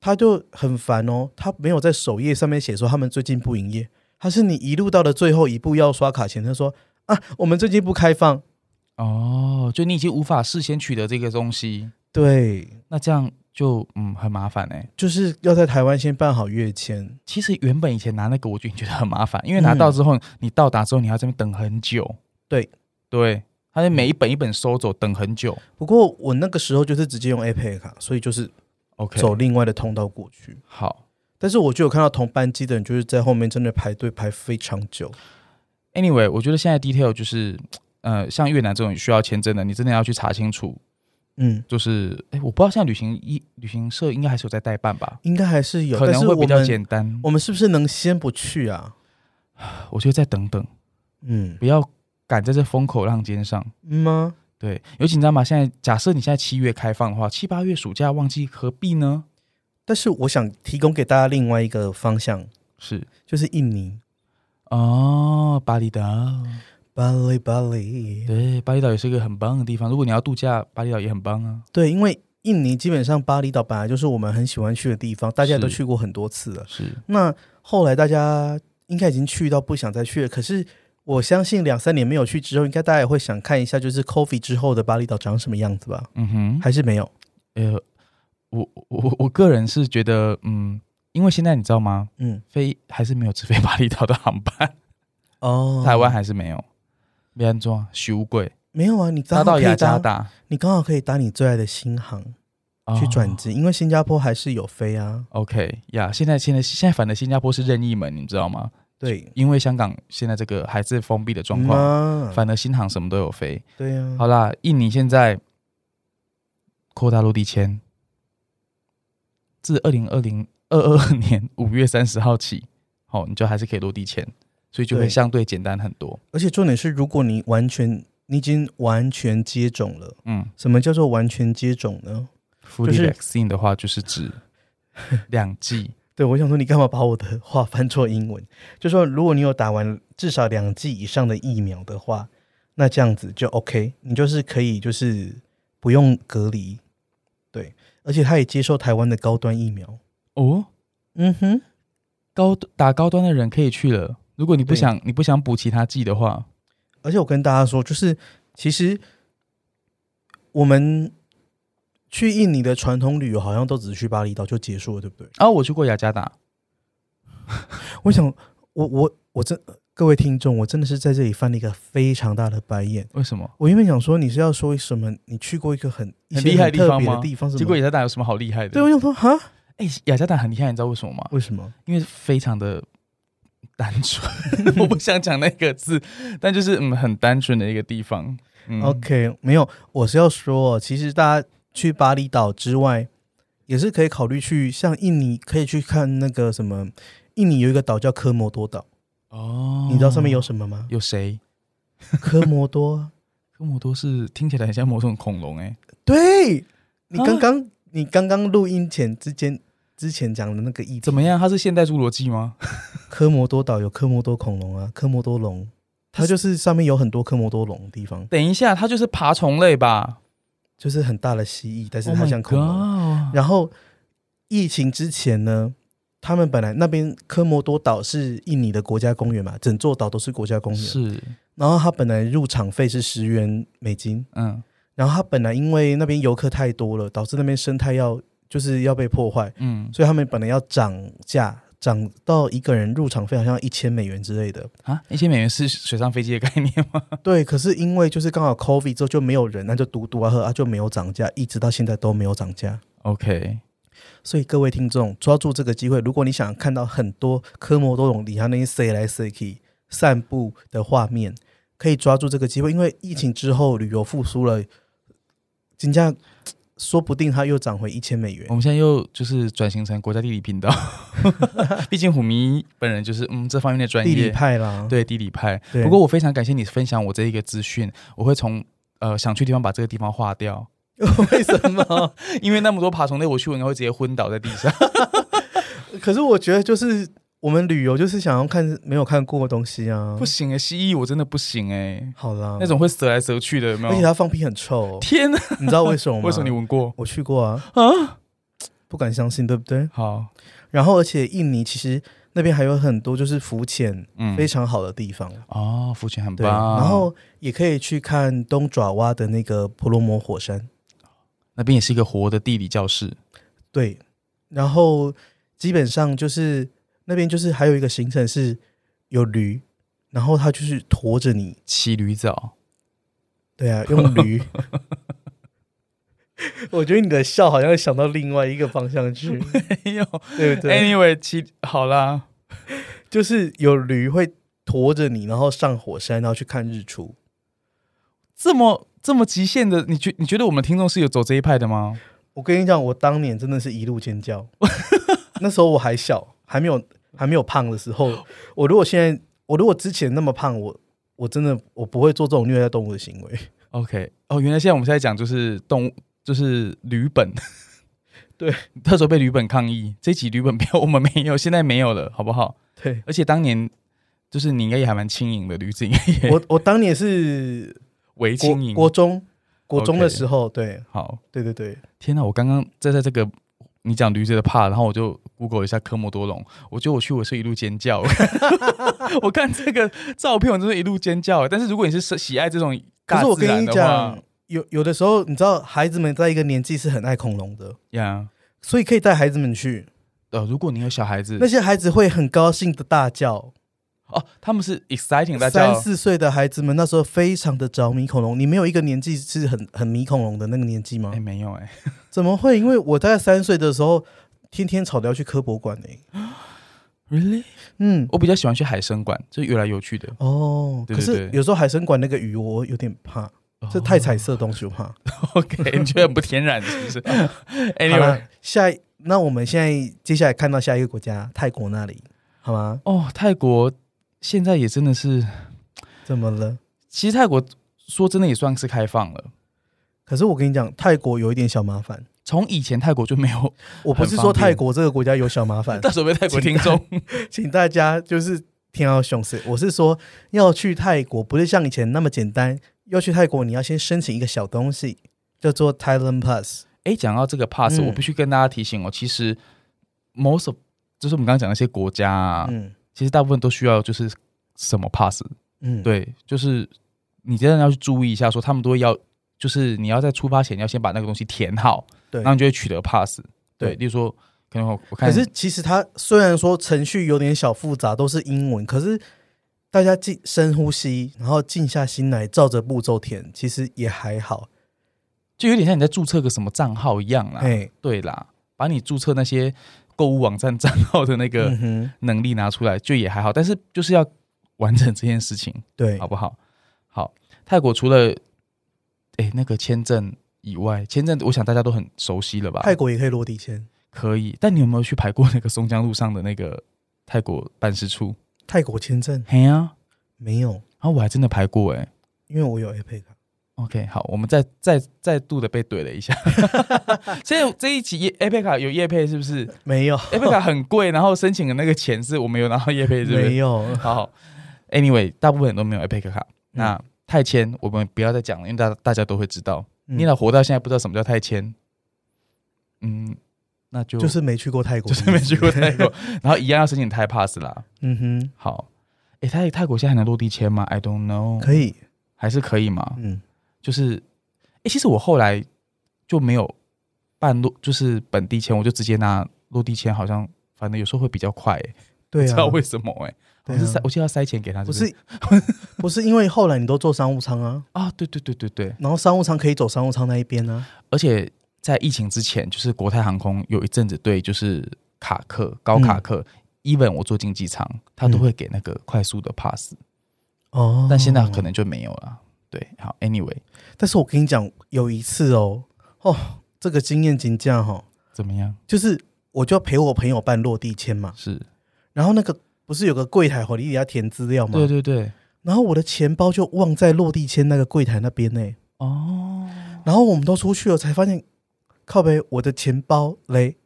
[SPEAKER 1] 他就很烦哦，他没有在首页上面写说他们最近不营业，他是你一路到了最后一步要刷卡前，他说啊，我们最近不开放。
[SPEAKER 2] 哦，就你已经无法事先取得这个东西，
[SPEAKER 1] 对，
[SPEAKER 2] 那这样就嗯很麻烦哎、
[SPEAKER 1] 就是要在台湾先办好跃迁，
[SPEAKER 2] 其实原本以前拿那个我就觉得很麻烦，因为拿到之后、你到达之后你还要这边等很久。
[SPEAKER 1] 对
[SPEAKER 2] 对，他就每一本一本收走，等很久。
[SPEAKER 1] 不过我那个时候就是直接用 iPad 卡，所以就是
[SPEAKER 2] OK，
[SPEAKER 1] 走另外的通道过去。
[SPEAKER 2] 好。
[SPEAKER 1] 但是我就有看到同班机的人就是在后面真的排队排非常久，
[SPEAKER 2] Anyway，我觉得现在 detail 就是呃，像越南这种需要签证的，你真的要去查清楚。
[SPEAKER 1] 嗯，
[SPEAKER 2] 就是哎，我不知道现在旅行一旅行社应该还是有在代办吧，
[SPEAKER 1] 应该还是有，
[SPEAKER 2] 可
[SPEAKER 1] 但
[SPEAKER 2] 能
[SPEAKER 1] 是
[SPEAKER 2] 会
[SPEAKER 1] 我
[SPEAKER 2] 比较
[SPEAKER 1] 们
[SPEAKER 2] 简单。
[SPEAKER 1] 我们是不是能先不去啊？
[SPEAKER 2] 我觉得再等等，
[SPEAKER 1] 嗯
[SPEAKER 2] 不要赶在这风口浪尖上。
[SPEAKER 1] 嗯吗？
[SPEAKER 2] 对，尤其你知道吗？现在假设你现在七月开放的话，七八月暑假旺季何必呢？
[SPEAKER 1] 但是我想提供给大家另外一个方向，
[SPEAKER 2] 是
[SPEAKER 1] 就是印尼
[SPEAKER 2] 哦，巴厘岛，
[SPEAKER 1] 巴黎巴黎，
[SPEAKER 2] 对，巴厘岛也是一个很棒的地方。如果你要度假，巴厘岛也很棒啊。
[SPEAKER 1] 对，因为印尼基本上巴厘岛本来就是我们很喜欢去的地方，大家也都
[SPEAKER 2] 是
[SPEAKER 1] 去过很多次了。
[SPEAKER 2] 是，
[SPEAKER 1] 那后来大家应该已经去到不想再去了，可是我相信两三年没有去之后，应该大家也会想看一下，就是 Coffee 之后的巴厘岛长什么样子吧？
[SPEAKER 2] 嗯哼，
[SPEAKER 1] 还是没有？
[SPEAKER 2] 呃，我我我我个人是觉得，嗯，因为现在你知道吗？
[SPEAKER 1] 嗯，
[SPEAKER 2] 飞还是没有直飞巴厘岛的航班，
[SPEAKER 1] 哦
[SPEAKER 2] 台湾还是没有。别安装修贵，
[SPEAKER 1] 没有啊？你刚好
[SPEAKER 2] 搭到
[SPEAKER 1] 可以
[SPEAKER 2] 雅加
[SPEAKER 1] 搭，
[SPEAKER 2] 达
[SPEAKER 1] 你刚好可以搭你最爱的新航去转。
[SPEAKER 2] 哦
[SPEAKER 1] 机，因为新加坡还是有飞啊。
[SPEAKER 2] OK 呀、现在现在现在反正新加坡是任意门，你知道吗？
[SPEAKER 1] 对，
[SPEAKER 2] 因为香港现在这个还是封闭的状况，
[SPEAKER 1] 况
[SPEAKER 2] 反而新航什么都有飞。
[SPEAKER 1] 对啊，
[SPEAKER 2] 好啦，印尼现在扩大陆地签，自二零二零二二年五月三十号起，好、你就还是可以落地签，所以就会
[SPEAKER 1] 对
[SPEAKER 2] 相对简单很多。
[SPEAKER 1] 而且重点是，如果你完全你已经完全接种了，
[SPEAKER 2] 嗯
[SPEAKER 1] 什么叫做完全接种呢？
[SPEAKER 2] ，fully
[SPEAKER 1] 就是
[SPEAKER 2] vaccine 的话就是指两剂，
[SPEAKER 1] 对，我想说你干嘛把我的话翻错英文？就说如果你有打完至少两剂以上的疫苗的话，那这样子就 OK，你就是可以就是不用隔离，对，而且他也接受台湾的高端疫苗。
[SPEAKER 2] 哦，
[SPEAKER 1] 嗯哼，
[SPEAKER 2] 高打高端的人可以去了。如果你不
[SPEAKER 1] 对
[SPEAKER 2] 想你不想补其他剂的话，
[SPEAKER 1] 而且我跟大家说，就是其实我们去印尼的传统旅游好像都只是去巴厘岛就结束了，对不对？
[SPEAKER 2] 啊，我去过雅加达，
[SPEAKER 1] 我想，我我我真各位听众，我真的是在这里翻了一个非常大的白眼。
[SPEAKER 2] 为什么？
[SPEAKER 1] 我原本想说你是要说什么？你去过一个很一
[SPEAKER 2] 很
[SPEAKER 1] 些
[SPEAKER 2] 厉害的地
[SPEAKER 1] 特
[SPEAKER 2] 方
[SPEAKER 1] 别
[SPEAKER 2] 吗
[SPEAKER 1] 的地方什么？
[SPEAKER 2] 结果雅加达有什么好厉害的？
[SPEAKER 1] 对，我想说哈，
[SPEAKER 2] 哎、雅加达很厉害，你知道为什么吗？
[SPEAKER 1] 为什么？
[SPEAKER 2] 因为非常的单纯， <laughs> 我不想讲那个字，但就是嗯，很单纯的一个地方。嗯
[SPEAKER 1] OK，没有，我是要说，其实大家去巴厘岛之外，也是可以考虑去像印尼，可以去看那个什么，印尼有一个岛叫科摩多岛，
[SPEAKER 2] 哦
[SPEAKER 1] 你知道上面有什么吗？
[SPEAKER 2] 有谁？
[SPEAKER 1] 科摩
[SPEAKER 2] <laughs>
[SPEAKER 1] 多，
[SPEAKER 2] 科摩多是听起来很像某种恐龙哎、
[SPEAKER 1] 对你
[SPEAKER 2] 啊
[SPEAKER 1] 刚刚、你刚刚录音前之间之前讲的那个意
[SPEAKER 2] 怎么样？它是现代侏罗纪吗？
[SPEAKER 1] 科摩多岛有科摩多恐龙啊，科摩多龙，它就是上面有很多科摩多龙的地方，
[SPEAKER 2] 等一下，它就是爬虫类吧？
[SPEAKER 1] 就是很大的蜥蜴，但是
[SPEAKER 2] Oh
[SPEAKER 1] 它
[SPEAKER 2] my
[SPEAKER 1] 像恐龙。
[SPEAKER 2] God
[SPEAKER 1] 然后疫情之前呢，他们本来那边科摩多岛是印尼的国家公园嘛，整座岛都是国家公园。
[SPEAKER 2] 是
[SPEAKER 1] 然后它本来入场费是十元美金，
[SPEAKER 2] 嗯
[SPEAKER 1] 然后它本来因为那边游客太多了，导致那边生态要就是要被破坏，
[SPEAKER 2] 嗯
[SPEAKER 1] 所以他们本来要涨价，涨到一个人入场费好像一千美元之类
[SPEAKER 2] <laughs>
[SPEAKER 1] 的。
[SPEAKER 2] 啊，一千美元是水上飞机的概念吗？
[SPEAKER 1] 对，可是因为就是刚好 COVID 之后就没有人，那就嘟嘟啊喝啊就没有涨价，一直到现在都没有涨价。
[SPEAKER 2] OK，
[SPEAKER 1] 所以各位听众，抓住这个机会，如果你想看到很多科摩多龙里它那些塞来塞去散步的画面，可以抓住这个机会，因为疫情之后旅游复苏了，金价说不定它又涨回一千美元 <laughs>
[SPEAKER 2] 我。们现在又就是转型成国家地理频道， <laughs> 毕竟虎迷本人就是嗯这方面的专
[SPEAKER 1] 地
[SPEAKER 2] 业
[SPEAKER 1] 理派啦，
[SPEAKER 2] 对地理派。
[SPEAKER 1] 对
[SPEAKER 2] 不过我非常感谢你分享我这一个资讯，我会从呃想去的地方把这个地方划掉，
[SPEAKER 1] 为什么？ <laughs>
[SPEAKER 2] 因为那么多爬虫类，我去我应该会直接昏倒在地上。
[SPEAKER 1] 可是我觉得就是我们旅游就是想要看没有看过的东西啊。
[SPEAKER 2] 不行哎、蜥蜴我真的不行哎、
[SPEAKER 1] 好啦，
[SPEAKER 2] 那种会折来折去的有
[SPEAKER 1] 嗯
[SPEAKER 2] 没
[SPEAKER 1] 而且
[SPEAKER 2] 有？
[SPEAKER 1] 它放屁很
[SPEAKER 2] <laughs>
[SPEAKER 1] 臭，
[SPEAKER 2] 天啊！
[SPEAKER 1] 你知道为什么吗？
[SPEAKER 2] 为什么你闻过
[SPEAKER 1] 我去过啊，
[SPEAKER 2] 啊？
[SPEAKER 1] 不敢相信，对不对？
[SPEAKER 2] 好，
[SPEAKER 1] 然后，而且印尼其实那边还有很多就是浮潜
[SPEAKER 2] 嗯，
[SPEAKER 1] 非常好的地方，
[SPEAKER 2] 哦，浮潜很
[SPEAKER 1] 对，
[SPEAKER 2] 棒。
[SPEAKER 1] 然后也可以去看东爪哇的那个婆罗摩火山，
[SPEAKER 2] 那边也是一个活的地理教室，
[SPEAKER 1] 对，然后基本上就是那边就是还有一个行程是有驴，然后它就是驮着你，
[SPEAKER 2] 骑驴
[SPEAKER 1] <laughs>
[SPEAKER 2] 澡。
[SPEAKER 1] 对啊，用驴。我觉得你的笑好像想到另外一个方向去，
[SPEAKER 2] 没有
[SPEAKER 1] 对不对？
[SPEAKER 2] <laughs> ，anyway，骑好啦。
[SPEAKER 1] 就是有驴会驮着你，然后上火山，然后去看日出。
[SPEAKER 2] 这么这么极限的，你觉你觉得我们听众是有走这一派的吗？
[SPEAKER 1] 我跟你讲，我当年真的是一路尖叫。那时候我还小，还没有还没有胖的时候，我如果现在，我如果之前那么胖，我我真的我不会做这种虐待动物的行为。
[SPEAKER 2] OK，哦，原来现在我们是在讲就是动物，就是铝 <laughs> 本。
[SPEAKER 1] 对，
[SPEAKER 2] 那时候被铝本抗议，这集铝本标我们没有，现在没有了，好不好？
[SPEAKER 1] 对
[SPEAKER 2] 而且当年就是你应该也还蛮轻盈的，驴子应该也
[SPEAKER 1] 我，我当年
[SPEAKER 2] <laughs>
[SPEAKER 1] 是
[SPEAKER 2] 为
[SPEAKER 1] 国
[SPEAKER 2] 轻盈。
[SPEAKER 1] 国中国中
[SPEAKER 2] OK
[SPEAKER 1] 的时候，对
[SPEAKER 2] 好，
[SPEAKER 1] 对对对，
[SPEAKER 2] 天哪！我刚刚在在这个你讲驴子的怕，然后我就 Google 一下科莫多龙，我觉得我去我是一路
[SPEAKER 1] <laughs>
[SPEAKER 2] 尖叫。我看这个照片，我真是一路尖叫。但是如果你是喜爱这种
[SPEAKER 1] 可
[SPEAKER 2] 大
[SPEAKER 1] 是我
[SPEAKER 2] 自
[SPEAKER 1] 跟
[SPEAKER 2] 然
[SPEAKER 1] 你
[SPEAKER 2] 的话
[SPEAKER 1] 讲，，有有的时候，你知道，孩子们在一个年纪是很爱恐龙的，
[SPEAKER 2] 呀，
[SPEAKER 1] 所以可以带孩子们去。
[SPEAKER 2] 呃，如果你有小孩子
[SPEAKER 1] 那，些孩子会很高兴的大叫。
[SPEAKER 2] 哦，他们是 exciting 大
[SPEAKER 1] 三
[SPEAKER 2] 家
[SPEAKER 1] 四岁的孩子们那时候非常的着迷恐龙，你没有一个年纪是很很迷恐龙的那个年纪吗
[SPEAKER 2] 哎、？没有哎、
[SPEAKER 1] 怎么会？因为我大概三岁的时候，天天吵着要去科博馆诶、
[SPEAKER 2] Really？
[SPEAKER 1] 嗯，
[SPEAKER 2] 我比较喜欢去海参馆，这越来越有趣的。
[SPEAKER 1] 哦，
[SPEAKER 2] 对
[SPEAKER 1] 可
[SPEAKER 2] 对
[SPEAKER 1] 是
[SPEAKER 2] 对
[SPEAKER 1] 有时候海参馆那个鱼我有点怕， <laughs> 这太彩色的东西我
[SPEAKER 2] 哦
[SPEAKER 1] 怕。
[SPEAKER 2] OK，你觉得很不天然是
[SPEAKER 1] <laughs>
[SPEAKER 2] 不是
[SPEAKER 1] 好
[SPEAKER 2] ？Anyway，
[SPEAKER 1] 了，下一那我们现在接下来看到下一个国家泰国那里，好吗？
[SPEAKER 2] 哦，泰国现在也真的是，
[SPEAKER 1] 怎么了？
[SPEAKER 2] 其实泰国说真的也算是开放了。
[SPEAKER 1] 可是我跟你讲，泰国有一点小麻烦。
[SPEAKER 2] 从以前泰国就没有，
[SPEAKER 1] 我不是
[SPEAKER 2] 很
[SPEAKER 1] 说
[SPEAKER 2] 方便
[SPEAKER 1] 泰国这个国家有小麻烦，
[SPEAKER 2] 到时候被泰国听
[SPEAKER 1] <laughs>
[SPEAKER 2] 众
[SPEAKER 1] 请大家就是听到熊市，我是说要去泰国，不是像以前那么简单。要去泰国，你要先申请一个小东西，叫做 Thailand Pass。
[SPEAKER 2] 哎，讲到这个 pass，、
[SPEAKER 1] 嗯
[SPEAKER 2] 我必须跟大家提醒哦，其实 most of 就是我们刚刚讲的一些国家、啊，
[SPEAKER 1] 嗯
[SPEAKER 2] 其实大部分都需要就是什么 pass，
[SPEAKER 1] 嗯，，
[SPEAKER 2] 对，就是你真的要去注意一下，说他们都会要，就是你要在出发前要先把那个东西填好，
[SPEAKER 1] 对
[SPEAKER 2] 然后你就会取得 pass，对，
[SPEAKER 1] 对
[SPEAKER 2] 例如说可能我我看
[SPEAKER 1] 可是其实它虽然说程序有点小复杂，都是英文，可是大家静深呼吸，然后静下心来，照着步骤填，其实也还好。
[SPEAKER 2] 就有点像你在注册个什么账号一样啦，
[SPEAKER 1] 哎，
[SPEAKER 2] 对啦，把你注册那些购物网站账号的那个
[SPEAKER 1] 嗯哼，
[SPEAKER 2] 能力拿出来，就也还好，但是就是要完成这件事情，
[SPEAKER 1] 对
[SPEAKER 2] 好，不好？好，泰国除了哎那个签证以外，签证我想大家都很熟悉了吧？
[SPEAKER 1] 泰国也可以落地签，
[SPEAKER 2] 可以，但你有没有去排过那个松江路上的那个泰国办事处？
[SPEAKER 1] 泰国签证
[SPEAKER 2] 嘿呀、啊，
[SPEAKER 1] 没有，
[SPEAKER 2] 然后我还真的排过哎、
[SPEAKER 1] 因为我有 a p 卡。
[SPEAKER 2] OK，好，我们再再再度的被怼了
[SPEAKER 1] <laughs>
[SPEAKER 2] 一下。现在这一集叶 a p 卡有叶配是不是
[SPEAKER 1] 没有，
[SPEAKER 2] a p 卡很贵，然后申请的那个钱是我们有拿到叶配是不
[SPEAKER 1] 没
[SPEAKER 2] 是？
[SPEAKER 1] 有，嗯
[SPEAKER 2] 好好，Anyway，大部分人都没有 a p 卡。那泰签我们不要再讲了，因为大大家都会知道。
[SPEAKER 1] 嗯
[SPEAKER 2] 你俩活到现在不知道什么叫泰签，嗯，那就
[SPEAKER 1] 就是没去过泰国，
[SPEAKER 2] 就是没去过泰国。， <laughs> 然后一样要申请泰 pass 啦。
[SPEAKER 1] <laughs> 嗯哼，
[SPEAKER 2] 好，诶，泰泰国现在还能落地签吗？I don't know，
[SPEAKER 1] 可以，
[SPEAKER 2] 还是可以吗？
[SPEAKER 1] 嗯，
[SPEAKER 2] 就是，诶，其实我后来就没有办落，就是本地签，我就直接拿落地签，好像反正有时候会比较快、诶不
[SPEAKER 1] 对
[SPEAKER 2] 知
[SPEAKER 1] 啊
[SPEAKER 2] 道，为什么诶，
[SPEAKER 1] 对
[SPEAKER 2] 我
[SPEAKER 1] 啊
[SPEAKER 2] 是塞，我记得要塞钱给他，
[SPEAKER 1] 不
[SPEAKER 2] 是
[SPEAKER 1] 是不是因为后来你都坐商务舱啊，
[SPEAKER 2] 啊？对对对对对，
[SPEAKER 1] 然后商务舱可以走商务舱那一边啊，
[SPEAKER 2] 而且在疫情之前，就是国泰航空有一阵子对就是卡客高卡客、even 我坐经济舱，他都会给那个快速的 pass，、
[SPEAKER 1] 哦
[SPEAKER 2] 但现在可，能就没有了。对，好，anyway，
[SPEAKER 1] 但是我跟你讲，有一次哦，哦，这个经验真价哈，
[SPEAKER 2] 怎么样？
[SPEAKER 1] 就是我就要陪我朋友办落地签嘛，
[SPEAKER 2] 是，
[SPEAKER 1] 然后那个不是有个柜台，我一定要填资料嘛，
[SPEAKER 2] 对对对，
[SPEAKER 1] 然后我的钱包就忘在落地签那个柜台那边呢、
[SPEAKER 2] 哦
[SPEAKER 1] 然后我们都出去了才发现，靠北我的钱包嘞，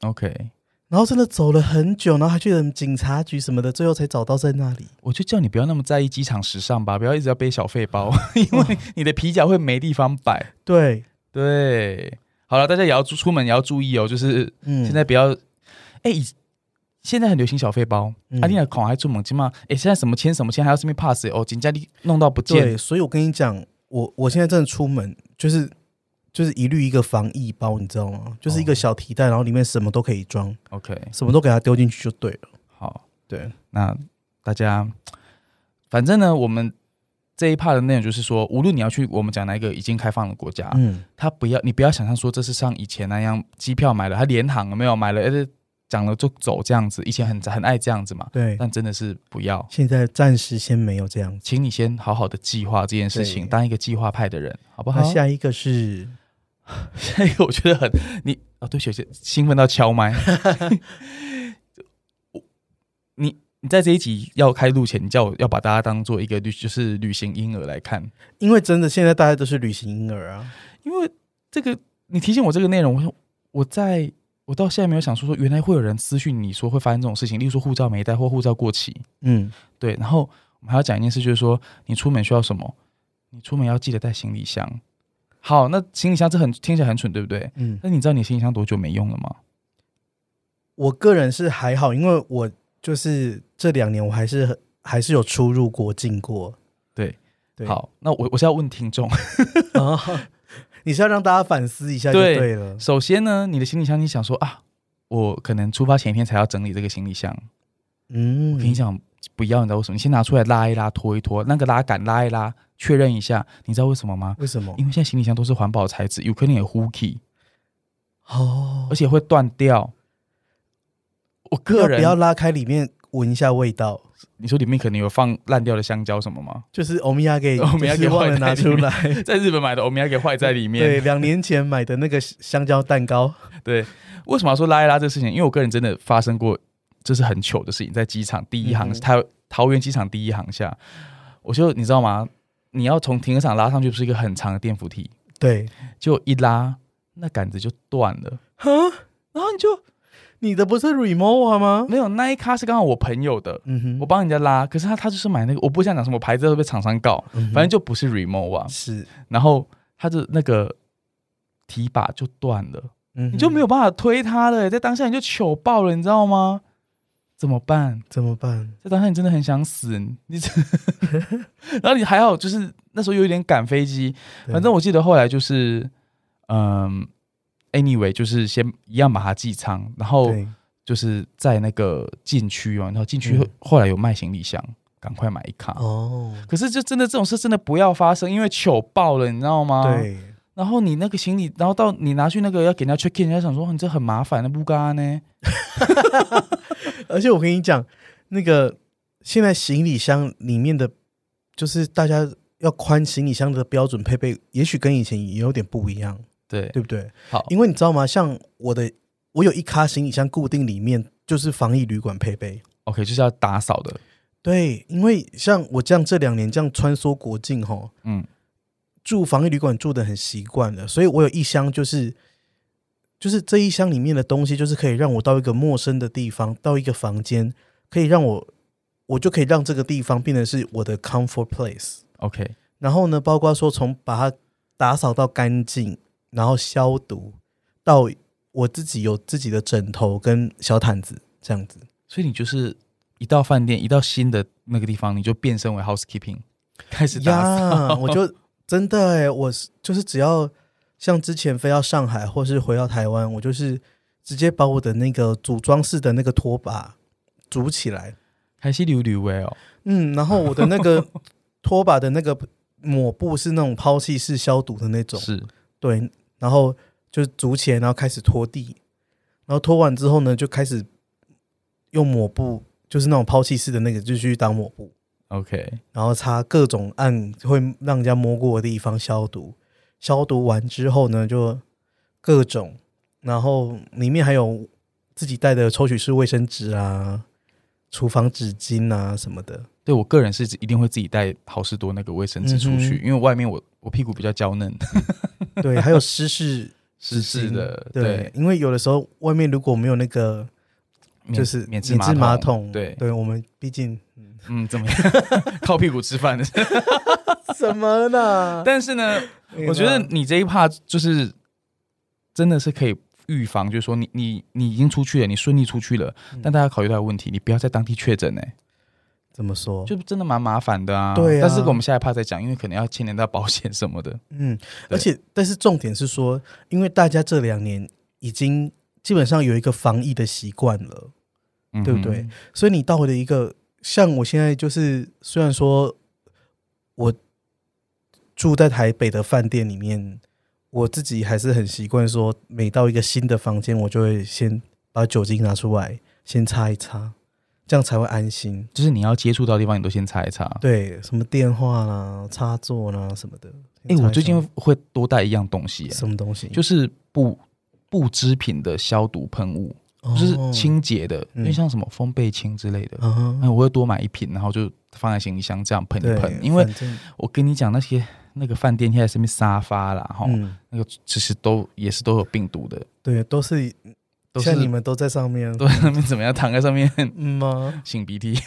[SPEAKER 2] ，OK，
[SPEAKER 1] 然然后真的走了很久，然后还去了警察局什么的，最后才找到在那里。
[SPEAKER 2] 我就叫你不要那么在意机场时尚吧，不要一直要背小费包， <laughs> 因为你的皮夹会没地方摆。
[SPEAKER 1] 对，
[SPEAKER 2] 对，好了，大家也要出出门也要注意哦，就是
[SPEAKER 1] 嗯，
[SPEAKER 2] 现在不要，哎、以现在很流行小费包，
[SPEAKER 1] 嗯
[SPEAKER 2] 阿丽娜恐还出门金嘛，哎、现在什么签什么签，还要什么 pass 哦，人家你弄到不见，
[SPEAKER 1] 对，所以我跟你讲，我我现在真的出门就是就是一律一个防疫包，你知道吗？就是一个小提袋，然后里面什么都可以装，
[SPEAKER 2] OK，
[SPEAKER 1] 什么都给它丢进去就对了。
[SPEAKER 2] 好，
[SPEAKER 1] 对，
[SPEAKER 2] 那大家，反正呢，我们这一 part 的内容就是说，无论你要去我们讲哪一个已经开放的国家，
[SPEAKER 1] 嗯，
[SPEAKER 2] 他不要你不要想象说这是像以前那样，机票买了，他联航有没有买了，呃，讲了就走这样子，以前很很爱这样子嘛，
[SPEAKER 1] 对。
[SPEAKER 2] 但真的是不要。
[SPEAKER 1] 现在暂时先没有这样子。
[SPEAKER 2] 请你先好好的计划这件事情，
[SPEAKER 1] 对
[SPEAKER 2] 当一个计划派的人，好不哦好
[SPEAKER 1] 那？下一个是
[SPEAKER 2] 下一个我觉得很你啊，对不起，雪姐兴奋到敲麦。我你你在这一集要开录前，你叫我要把大家当做一个旅就是旅行婴儿来看，
[SPEAKER 1] 因为真的现在大家都是旅行婴儿啊，
[SPEAKER 2] 因为这个你提醒我这个内容，我说我在我到现在没有想说说原来会有人私讯你说会发生这种事情，例如说护照没带或护照过期，
[SPEAKER 1] 嗯，
[SPEAKER 2] 对，然后我们还要讲一件事，就是说你出门需要什么，你出门要记得带行李箱。好，那行李箱这很听起来很蠢，对不对？
[SPEAKER 1] 嗯，
[SPEAKER 2] 那你知道你行李箱多久没用了吗？
[SPEAKER 1] 我个人是还好，因为我就是这两年我还是很还是有出入国境过。
[SPEAKER 2] 对，
[SPEAKER 1] 对，嗯
[SPEAKER 2] 好，那我我是要问听众，
[SPEAKER 1] 啊，你是要让大家反思一下就
[SPEAKER 2] 对
[SPEAKER 1] 对了。
[SPEAKER 2] <laughs> 首先呢，你的行李箱，你想说啊，我可能出发前一天才要整理这个行李箱，
[SPEAKER 1] 嗯
[SPEAKER 2] 我跟你讲，不要，你知道为什么？你先拿出来拉一拉，拖一拖，那个拉杆拉一拉，确认一下，你知道为什么吗？
[SPEAKER 1] 为什么？
[SPEAKER 2] 因为现在行李箱都是环保材质，有可能有 h o o k i
[SPEAKER 1] 哦
[SPEAKER 2] 而，且会断掉。我哦个
[SPEAKER 1] 要
[SPEAKER 2] 人
[SPEAKER 1] 不要拉开里面闻一下味道？
[SPEAKER 2] 你说里面可能有放烂掉的香蕉什么吗？ <laughs>
[SPEAKER 1] 就是欧米亚给，
[SPEAKER 2] 欧米亚给
[SPEAKER 1] 就是忘了拿出来。
[SPEAKER 2] 在日本买的欧米茄坏在里
[SPEAKER 1] 对，
[SPEAKER 2] 面。
[SPEAKER 1] 两年前买的那个香蕉蛋糕，
[SPEAKER 2] 对为什么要说拉一拉这个事情？因为我个人真的发生过，这是很糗的事情，在机场第一航
[SPEAKER 1] 嗯，哼
[SPEAKER 2] 桃、桃园机场第一航下，我就你知道吗？你要从停车场拉上去，不是一个很长的电扶梯，
[SPEAKER 1] 对，
[SPEAKER 2] 就一拉那杆子就断了，
[SPEAKER 1] 哈，
[SPEAKER 2] 然后你就
[SPEAKER 1] 你的不是 Remova 吗？
[SPEAKER 2] 没有那一咖是刚好我朋友的。
[SPEAKER 1] 嗯哼
[SPEAKER 2] 我帮人家拉，可是他他就是买那个，我不想讲什么牌子会被厂商告，
[SPEAKER 1] 嗯哼
[SPEAKER 2] 反正就不是 Remova，、
[SPEAKER 1] 是，
[SPEAKER 2] 然后他的那个提把就断了，
[SPEAKER 1] 嗯哼
[SPEAKER 2] 你就没有办法推他了，在当下你就糗爆了，你知道吗？怎么办？
[SPEAKER 1] 怎么办？
[SPEAKER 2] 在当下你真的很想死，你 <laughs> 这，然后你还好，就是那时候有一点赶飞机，
[SPEAKER 1] 对
[SPEAKER 2] 反正我记得后来就是，嗯，anyway，就是先一样把它寄仓，然后
[SPEAKER 1] 对
[SPEAKER 2] 就是在那个禁区哦，然后禁区后
[SPEAKER 1] 嗯
[SPEAKER 2] 后来有卖行李箱，赶快买一卡。
[SPEAKER 1] 哦，
[SPEAKER 2] 可是就真的这种事真的不要发生，因为糗爆了，你知道吗？。
[SPEAKER 1] 对，
[SPEAKER 2] 然后你那个行李，然后到你拿去那个要给人家 check in，人家想说哦你这很麻烦的不嘎呢？
[SPEAKER 1] 而且我跟你讲，那个现在行李箱里面的，就是大家要宽行李箱的标准配备，也许跟以前也有点不一样，
[SPEAKER 2] 对，
[SPEAKER 1] 对不对？
[SPEAKER 2] 好，
[SPEAKER 1] 因为你知道吗？像我的，我有一卡行李箱固定里面就是防疫旅馆配备。
[SPEAKER 2] OK，就是要打扫的，
[SPEAKER 1] 对，因为像我这样这两年这样穿梭国境吼，
[SPEAKER 2] 嗯，
[SPEAKER 1] 住防疫旅馆住的很习惯了，所以我有一箱就是，就是这一箱里面的东西，就是可以让我到一个陌生的地方，到一个房间，可以让我，我就可以让这个地方变成是我的 comfort place。
[SPEAKER 2] OK，
[SPEAKER 1] 然后呢，包括说从把它打扫到干净，然后消毒，到我自己有自己的枕头跟小毯子这样子。
[SPEAKER 2] 所以你就是一到饭店，一到新的那个地方，你就变身为 housekeeping，开 <laughs> 始打扫。
[SPEAKER 1] 呀，我
[SPEAKER 2] <laughs>
[SPEAKER 1] 就真的哎、我是就是只要像之前飞到上海或是回到台湾，我就是直接把我的那个组装式的那个拖把 <laughs> 组起来，
[SPEAKER 2] 开始溜溜喂哦，
[SPEAKER 1] 嗯，然后我的那个拖把的那个抹布是那种抛弃式消毒的那种，
[SPEAKER 2] 是
[SPEAKER 1] 对，然后就组起来，然后开始拖地，然后拖完之后呢，就开始用抹布，就是那种抛弃式的那个，就去当抹布。
[SPEAKER 2] OK，
[SPEAKER 1] 然后擦各种按会让人家摸过的地方消毒，消毒完之后呢，就各种，然后里面还有自己带的抽取式卫生纸啊、厨房纸巾啊什么的。
[SPEAKER 2] 对我个人是一定会自己带好事多那个卫生纸出去，
[SPEAKER 1] 嗯
[SPEAKER 2] 因为外面我我屁股比较娇嫩，
[SPEAKER 1] 对，还有湿式
[SPEAKER 2] <laughs> 是是
[SPEAKER 1] 纸巾
[SPEAKER 2] 的，
[SPEAKER 1] 对，因为有的时候外面如果没有那个
[SPEAKER 2] 免
[SPEAKER 1] 就是
[SPEAKER 2] 免治
[SPEAKER 1] 治马桶，
[SPEAKER 2] 对，
[SPEAKER 1] 对我们毕竟嗯
[SPEAKER 2] 嗯，怎么样？ <laughs> 靠屁股吃饭的。 <laughs>
[SPEAKER 1] 什么 <laughs> 呢？
[SPEAKER 2] 但是呢，
[SPEAKER 1] 啊
[SPEAKER 2] 我觉得你这一趴就是真的是可以预防，就是说你你你已经出去了，你顺利出去了，
[SPEAKER 1] 嗯
[SPEAKER 2] 但大家考虑到的问题，你不要在当地确诊哎、
[SPEAKER 1] 怎么说？
[SPEAKER 2] 就真的蛮麻烦的
[SPEAKER 1] 嗯
[SPEAKER 2] 啊。
[SPEAKER 1] 对啊
[SPEAKER 2] 但是我们下一趴再讲，因为可能要牵连到保险什么的。
[SPEAKER 1] 嗯，
[SPEAKER 2] 对
[SPEAKER 1] 而且但是重点是说，因为大家这两年已经基本上有一个防疫的习惯了，
[SPEAKER 2] 嗯哼
[SPEAKER 1] 对不对？所以你到了一个像我现在就是，虽然说我住在台北的饭店里面，我自己还是很习惯说，每到一个新的房间，我就会先把酒精拿出来，先擦一擦，这样才会安心。
[SPEAKER 2] 就是你要接触到的地方，你都先查一查。
[SPEAKER 1] 对，什么电话啦、插座啦什么的。
[SPEAKER 2] 哎、
[SPEAKER 1] 先擦
[SPEAKER 2] 我
[SPEAKER 1] 一
[SPEAKER 2] 最近
[SPEAKER 1] 擦
[SPEAKER 2] 会多带一样东西、欸
[SPEAKER 1] 什么东西？
[SPEAKER 2] 就是布布织品的消毒喷雾，就是
[SPEAKER 1] 哦
[SPEAKER 2] 清洁的，
[SPEAKER 1] 嗯
[SPEAKER 2] 因为像什么风贝清之类的，
[SPEAKER 1] 嗯哼
[SPEAKER 2] 哎，我会多买一瓶，然后就放在行李箱这样喷
[SPEAKER 1] 对
[SPEAKER 2] 一喷。因为
[SPEAKER 1] 反正
[SPEAKER 2] 我跟你讲，那些那个饭店现在什么沙发啦，哈、
[SPEAKER 1] 嗯，
[SPEAKER 2] 那个其实都也是都有病毒的，
[SPEAKER 1] 对，都是
[SPEAKER 2] 都是
[SPEAKER 1] 像你们都在上面，
[SPEAKER 2] 都在上面怎么样躺在上面 <laughs>
[SPEAKER 1] 嗯吗？
[SPEAKER 2] 擤鼻涕，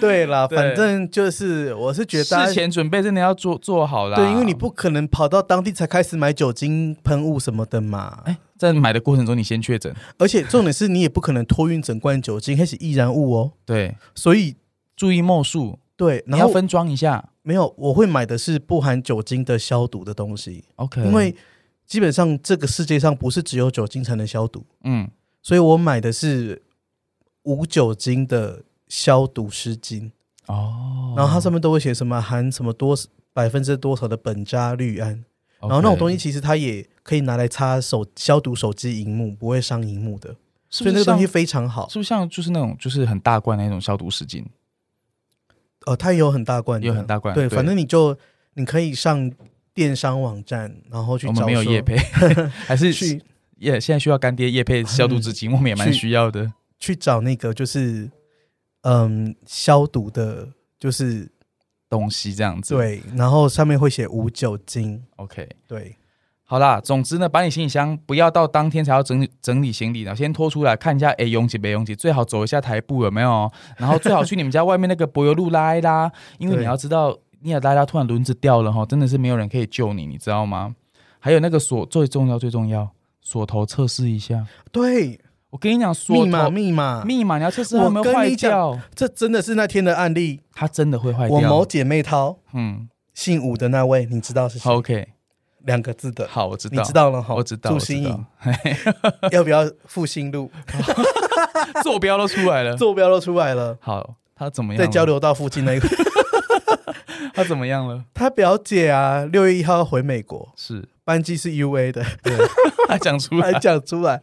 [SPEAKER 1] 对啦，
[SPEAKER 2] 对
[SPEAKER 1] 反正就是我是觉得大
[SPEAKER 2] 事
[SPEAKER 1] 家。
[SPEAKER 2] 前准备真的要做做好啦。
[SPEAKER 1] 对，因为你不可能跑到当地才开始买酒精喷雾什么的嘛，
[SPEAKER 2] 哎在买的过程中你先确诊，
[SPEAKER 1] 而且重点是你也不可能托运整罐酒精，还是易燃物哦。
[SPEAKER 2] 对，
[SPEAKER 1] 所以
[SPEAKER 2] 注意莫数，
[SPEAKER 1] 对，
[SPEAKER 2] 你
[SPEAKER 1] 然
[SPEAKER 2] 要
[SPEAKER 1] 后
[SPEAKER 2] 分装一下。
[SPEAKER 1] 没有，我会买的是不含酒精的消毒的东西，
[SPEAKER 2] OK，
[SPEAKER 1] 因为基本上这个世界上不是只有酒精才能消毒，
[SPEAKER 2] 嗯，
[SPEAKER 1] 所以我买的是无酒精的消毒湿巾。
[SPEAKER 2] 哦，
[SPEAKER 1] 然后它上面都会写什么含什么多百分之多少的苯加氯胺，
[SPEAKER 2] OK，
[SPEAKER 1] 然后那种东西其实它也可以拿来擦手消毒手机荧幕，不会伤荧幕的，
[SPEAKER 2] 是
[SPEAKER 1] 所以
[SPEAKER 2] 不
[SPEAKER 1] 那
[SPEAKER 2] 是
[SPEAKER 1] 个东
[SPEAKER 2] 像
[SPEAKER 1] 西非常好。
[SPEAKER 2] 是不是像就是那种就是很大罐那种消毒湿巾，
[SPEAKER 1] 呃，它也有很大罐的，
[SPEAKER 2] 也有很大罐，
[SPEAKER 1] 对，反正你就你可以上电商网站，然后去
[SPEAKER 2] 我
[SPEAKER 1] 找
[SPEAKER 2] 们没有
[SPEAKER 1] 说 <laughs>
[SPEAKER 2] 叶配，还是
[SPEAKER 1] 去
[SPEAKER 2] 也现在需要干爹叶配消毒
[SPEAKER 1] <laughs>
[SPEAKER 2] 纸巾，我们也蛮需要的。
[SPEAKER 1] 去找那个就是嗯消毒的，就是
[SPEAKER 2] 东西这样子。
[SPEAKER 1] 对，然后上面会写无酒精，
[SPEAKER 2] ，OK，
[SPEAKER 1] 对，
[SPEAKER 2] 好啦，总之呢，把你行李箱不要到当天才要整理整理行李，然后先拖出来看一下，哎，拥挤没拥挤，最好走一下台步有没有？然后最好去你们家外面那个柏油路拉
[SPEAKER 1] <laughs>
[SPEAKER 2] 一拉，因为
[SPEAKER 1] 对
[SPEAKER 2] 你要知道，你也拉一拉，突然轮子掉了哈，真的是没有人可以救你，你知道吗？还有那个锁最重要最重要，锁头测试一下。
[SPEAKER 1] 对，
[SPEAKER 2] 我跟你讲，锁
[SPEAKER 1] 密码
[SPEAKER 2] 头
[SPEAKER 1] 密码，
[SPEAKER 2] 密码你要测试它有没有
[SPEAKER 1] 我跟
[SPEAKER 2] 坏
[SPEAKER 1] 你讲
[SPEAKER 2] 掉，
[SPEAKER 1] 这真的是那天的案例。
[SPEAKER 2] 它真的会坏
[SPEAKER 1] 我某
[SPEAKER 2] 掉。
[SPEAKER 1] 姐妹淘
[SPEAKER 2] 嗯
[SPEAKER 1] 姓武的那位，你知道是谁？
[SPEAKER 2] ，OK，
[SPEAKER 1] 两个字的，
[SPEAKER 2] 好，我知
[SPEAKER 1] 你
[SPEAKER 2] 道，
[SPEAKER 1] 知道了哈？
[SPEAKER 2] 我知道，
[SPEAKER 1] 祝
[SPEAKER 2] 我知
[SPEAKER 1] 新
[SPEAKER 2] 道
[SPEAKER 1] 颖要不要复兴
[SPEAKER 2] <laughs>
[SPEAKER 1] 路？
[SPEAKER 2] 坐标都出来了。
[SPEAKER 1] 坐标都出来了，
[SPEAKER 2] 好，他怎么样？
[SPEAKER 1] 在交，流道附近
[SPEAKER 2] <laughs>
[SPEAKER 1] 那个。
[SPEAKER 2] 他怎么
[SPEAKER 1] <laughs>
[SPEAKER 2] 样了？
[SPEAKER 1] 他表姐啊，六月一号要回美国，
[SPEAKER 2] 是，
[SPEAKER 1] 班机是 U A
[SPEAKER 2] <laughs>
[SPEAKER 1] 的，
[SPEAKER 2] 他讲出来
[SPEAKER 1] <laughs> 还。讲出来。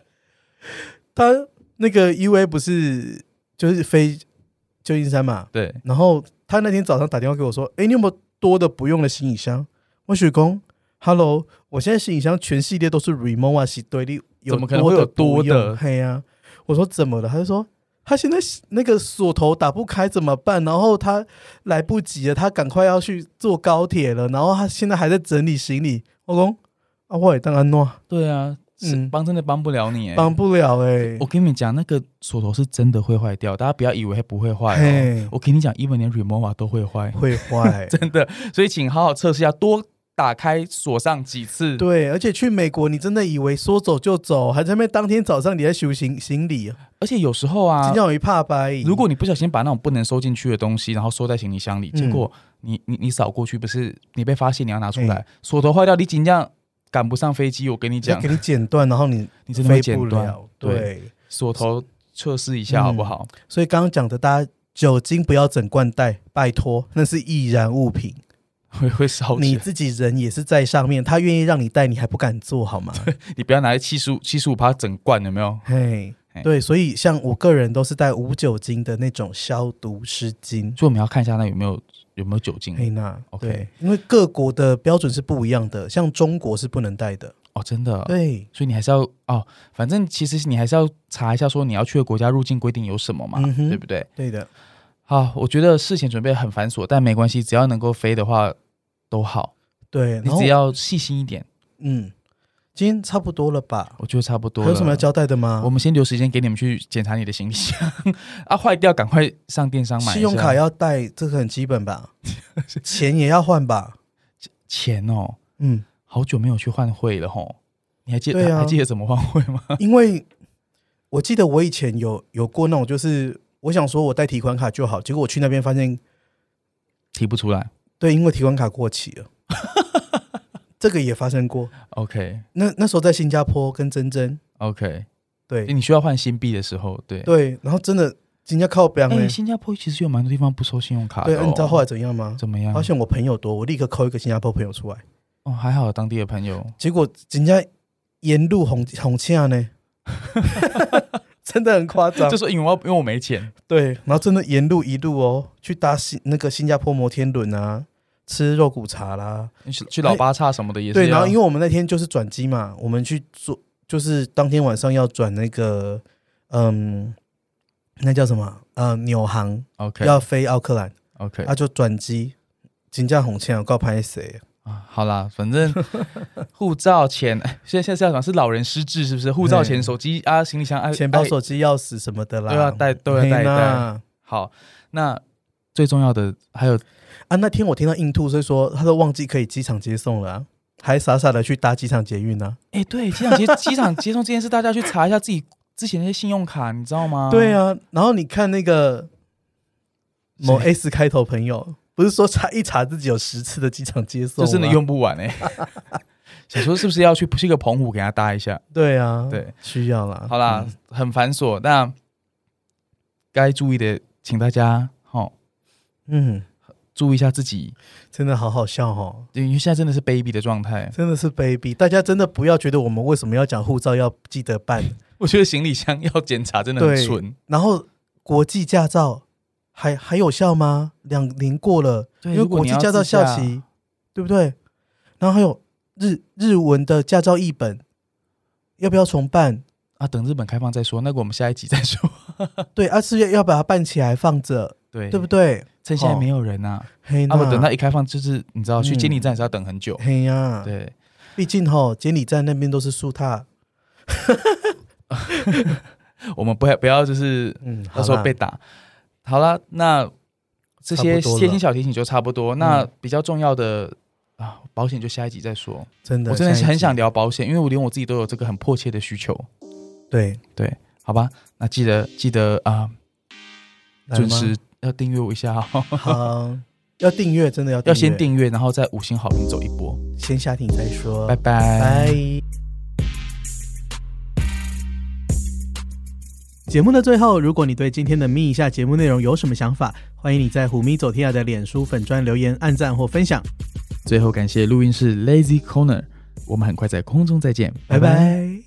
[SPEAKER 1] 他那个 U A 不是就是飞旧金山嘛？
[SPEAKER 2] 对，
[SPEAKER 1] 然后他那天早上打电话给我说：“哎，你有没有多的不用的行李箱？”我许工，Hello，我现在行李箱全系列都是 Remova 啊，洗堆里有
[SPEAKER 2] 怎么可能会有
[SPEAKER 1] 多
[SPEAKER 2] 多的
[SPEAKER 1] 的不用？嘿呀、我说怎么了？他就说他现在那个锁头打不开怎么办？然后他来不及了，他赶快要去坐高铁了，然后他现在还在整理行李。我讲啊，我也当安诺
[SPEAKER 2] 对啊，是
[SPEAKER 1] 嗯
[SPEAKER 2] 帮真的帮不了你哎。
[SPEAKER 1] 帮不了哎、
[SPEAKER 2] 我跟你们讲，那个锁头是真的会坏掉，大家不要以为它不会坏哦。
[SPEAKER 1] 嘿，
[SPEAKER 2] 我跟你讲，even 连 remova 都会坏，。
[SPEAKER 1] 会坏
[SPEAKER 2] <laughs> 真的。所以请好好测试一下，多打开锁上几次。
[SPEAKER 1] 对，而且去美国，你真的以为说走就走，还在那边当天早上你在修行行李，啊
[SPEAKER 2] 而且有时候啊
[SPEAKER 1] 真，叫我一怕白。
[SPEAKER 2] 如果你不小心把那种不能收进去的东西，然后收在行李箱里，
[SPEAKER 1] 嗯
[SPEAKER 2] 结果你你你扫过去，不是你被发现你要拿出来，锁头坏掉，你尽量赶不上飞机。我跟你
[SPEAKER 1] 要
[SPEAKER 2] 讲
[SPEAKER 1] 给，你剪断，然后你
[SPEAKER 2] 你真的会
[SPEAKER 1] 飞
[SPEAKER 2] 剪
[SPEAKER 1] 不
[SPEAKER 2] 断
[SPEAKER 1] 了。
[SPEAKER 2] 对
[SPEAKER 1] 对，
[SPEAKER 2] 锁头测试一下好不好？
[SPEAKER 1] 所以刚刚讲的，大家酒精不要整罐带，拜托，那是易燃物品。
[SPEAKER 2] 会会烧
[SPEAKER 1] 你
[SPEAKER 2] 你
[SPEAKER 1] 自己人也是在上面，他愿意让你带，你还不敢做好吗？
[SPEAKER 2] 你不要拿来七十五七十五趴整罐，有没有？
[SPEAKER 1] 嘿
[SPEAKER 2] <laughs> 嘿，
[SPEAKER 1] 对，所以像我个人都是带无酒精的那种消毒湿巾。
[SPEAKER 2] 所以我们要看一下那有没有有没有酒精
[SPEAKER 1] 嘿娜
[SPEAKER 2] 嗯 OK
[SPEAKER 1] 对，因为各国的标准是不一样的，像中国是不能带的。
[SPEAKER 2] 哦，真的。
[SPEAKER 1] 对，
[SPEAKER 2] 所以你还是要哦，反正其实你还是要查一下，说你要去的国家入境规定有什么嘛，
[SPEAKER 1] 嗯哼
[SPEAKER 2] 对不对？
[SPEAKER 1] 对的，
[SPEAKER 2] 好，我觉得事前准备很繁琐，但没关系，只要能够飞的话都好。
[SPEAKER 1] 对。然
[SPEAKER 2] 你
[SPEAKER 1] 后
[SPEAKER 2] 只要细心一点，
[SPEAKER 1] 嗯，今天差不多了吧？
[SPEAKER 2] 我觉得差不多
[SPEAKER 1] 还
[SPEAKER 2] 了。
[SPEAKER 1] 有什么要交代的吗？
[SPEAKER 2] 我们先留时间给你们去检查你的行李箱 <laughs> 啊，坏掉赶快上电商买一下。
[SPEAKER 1] 信用卡要带，这个很基本吧？ <laughs> 钱也要换吧？
[SPEAKER 2] 钱哦，
[SPEAKER 1] 嗯，
[SPEAKER 2] 好久没有去换汇了吼。你还记
[SPEAKER 1] 对
[SPEAKER 2] 得、
[SPEAKER 1] 啊
[SPEAKER 2] 还记得怎么换汇吗？
[SPEAKER 1] 因为我记得我以前有有过那种，就是我想说我带提款卡就好，结果我去那边发现，
[SPEAKER 2] 提不出来。
[SPEAKER 1] 对，因为提款卡过期
[SPEAKER 2] <laughs>
[SPEAKER 1] 了，这个也发生过。
[SPEAKER 2] OK
[SPEAKER 1] 那那时候在新加坡跟珍珍，
[SPEAKER 2] OK，
[SPEAKER 1] 对
[SPEAKER 2] 你需要换新币的时候，对。
[SPEAKER 1] 对，然后真的人家靠边
[SPEAKER 2] 哎、
[SPEAKER 1] 了，
[SPEAKER 2] 新加坡其实有蛮多地方不收信用卡的、
[SPEAKER 1] 对，
[SPEAKER 2] 哦。嗯
[SPEAKER 1] 那你知道后来怎样吗？
[SPEAKER 2] 怎么样
[SPEAKER 1] 发？现我朋友多，我立刻扣一个新加坡朋友出来，
[SPEAKER 2] 哦，还好有当地
[SPEAKER 1] <laughs>
[SPEAKER 2] 的朋友。
[SPEAKER 1] 结果人家沿路哄哄呛呢， <laughs> 真的很夸张
[SPEAKER 2] 就。说因为我因为我没钱，
[SPEAKER 1] 对，然后真的沿路一路哦，去搭新那个新加坡摩天轮啊，吃肉骨茶啦。
[SPEAKER 2] 去去老八叉什么的也是要。啊
[SPEAKER 1] 对，然后因为我们那天就是转机嘛，我们去做就是当天晚上要转那个嗯，那叫什么呃纽航
[SPEAKER 2] OK
[SPEAKER 1] 要飞奥克兰，
[SPEAKER 2] OK
[SPEAKER 1] 啊就转机，金价红线我告拍谁？
[SPEAKER 2] 啊，好啦，
[SPEAKER 1] <laughs>
[SPEAKER 2] 反正护照钱， <laughs> 哎现在现在是要讲是老人失智是不是？护照钱、
[SPEAKER 1] 对
[SPEAKER 2] 手机啊、行李箱啊、
[SPEAKER 1] 钱包、
[SPEAKER 2] 哎
[SPEAKER 1] 手机、钥匙什么的啦，
[SPEAKER 2] 都要带，都要
[SPEAKER 1] 嘿
[SPEAKER 2] 带一带。
[SPEAKER 1] 呐
[SPEAKER 2] 好，那最重要的还有
[SPEAKER 1] 啊，那天我听到印度，所以说他都忘记可以机场接送了啊、还傻傻的去搭机场捷运啊呢、
[SPEAKER 2] 哎，对，机场接机场接送这件事，大家去查一下自己之前那些信用卡，你知道吗？
[SPEAKER 1] 对，啊，然后你看那个某 S 开头朋友，不是说查一查自己有十次的机场接送啊
[SPEAKER 2] 就
[SPEAKER 1] 吗，
[SPEAKER 2] 真的用不完哎、
[SPEAKER 1] <laughs>
[SPEAKER 2] 想说是不是要去去个澎湖给他搭一下？
[SPEAKER 1] 对啊，
[SPEAKER 2] 对，
[SPEAKER 1] 需要啦。
[SPEAKER 2] 好啦，
[SPEAKER 1] 嗯
[SPEAKER 2] 很繁琐，那该注意的，请大家好、齁
[SPEAKER 1] 嗯，
[SPEAKER 2] 注意一下自己，
[SPEAKER 1] 真的好好笑哦，
[SPEAKER 2] 因为现在真的是 baby 的状态。
[SPEAKER 1] 真的是 baby，大家真的不要觉得我们为什么要讲护照要记得
[SPEAKER 2] <laughs>
[SPEAKER 1] 办，
[SPEAKER 2] 我觉得行李箱 <laughs> 要检查真的很
[SPEAKER 1] 对
[SPEAKER 2] 蠢，
[SPEAKER 1] 然后国际驾照还还有效吗？两年过了，
[SPEAKER 2] 对
[SPEAKER 1] 因为
[SPEAKER 2] 如果
[SPEAKER 1] 国
[SPEAKER 2] 你
[SPEAKER 1] 际
[SPEAKER 2] 要
[SPEAKER 1] 驾照
[SPEAKER 2] 自驾
[SPEAKER 1] 下棋，对不对？然后还有日日文的驾照译本，要不要重办？
[SPEAKER 2] 啊！等日本开放再说，那个我们下一集再说。 <laughs>
[SPEAKER 1] 对，啊，是要要把它办起来放着，
[SPEAKER 2] 对，
[SPEAKER 1] 对不？对？
[SPEAKER 2] 趁现在
[SPEAKER 1] 哦
[SPEAKER 2] 没有人啊，
[SPEAKER 1] 嘿
[SPEAKER 2] 啊，
[SPEAKER 1] 那
[SPEAKER 2] 我等到一开放，就是你知道去
[SPEAKER 1] 嗯
[SPEAKER 2] 监理站也是要等很久。
[SPEAKER 1] 嘿呀，
[SPEAKER 2] 对，
[SPEAKER 1] 毕竟吼，监理站那边都是树踏，
[SPEAKER 2] 我们不要不要就是
[SPEAKER 1] 嗯，好
[SPEAKER 2] 到
[SPEAKER 1] 啦
[SPEAKER 2] 时候被打。好了，那这
[SPEAKER 1] 差不
[SPEAKER 2] 些
[SPEAKER 1] 多了
[SPEAKER 2] 贴心小提醒就差不多。那
[SPEAKER 1] 嗯
[SPEAKER 2] 比较重要的啊，保险就下一集再说。
[SPEAKER 1] 真的，
[SPEAKER 2] 我真的是
[SPEAKER 1] 下一
[SPEAKER 2] 很
[SPEAKER 1] 集
[SPEAKER 2] 想聊保险，因为我连我自己都有这个很迫切的需求。
[SPEAKER 1] 对，
[SPEAKER 2] 好吧，那记得记得啊，
[SPEAKER 1] 来
[SPEAKER 2] 准
[SPEAKER 1] 吗
[SPEAKER 2] 时要订阅我一下哦， <laughs>
[SPEAKER 1] 好，要订阅，真的要
[SPEAKER 2] 要先
[SPEAKER 1] 阅，
[SPEAKER 2] 订阅，然后再五星好评走一波。
[SPEAKER 1] 先下停再说，
[SPEAKER 2] 拜拜。
[SPEAKER 1] 拜。节目的最后，如果你对今天的咪一下节目内容有什么想法，欢迎你在虎咪走天涯的脸书粉专留言、按赞或分享。
[SPEAKER 2] 最后感谢录音室 Lazy Corner，我们很快在空中再见，
[SPEAKER 1] 拜拜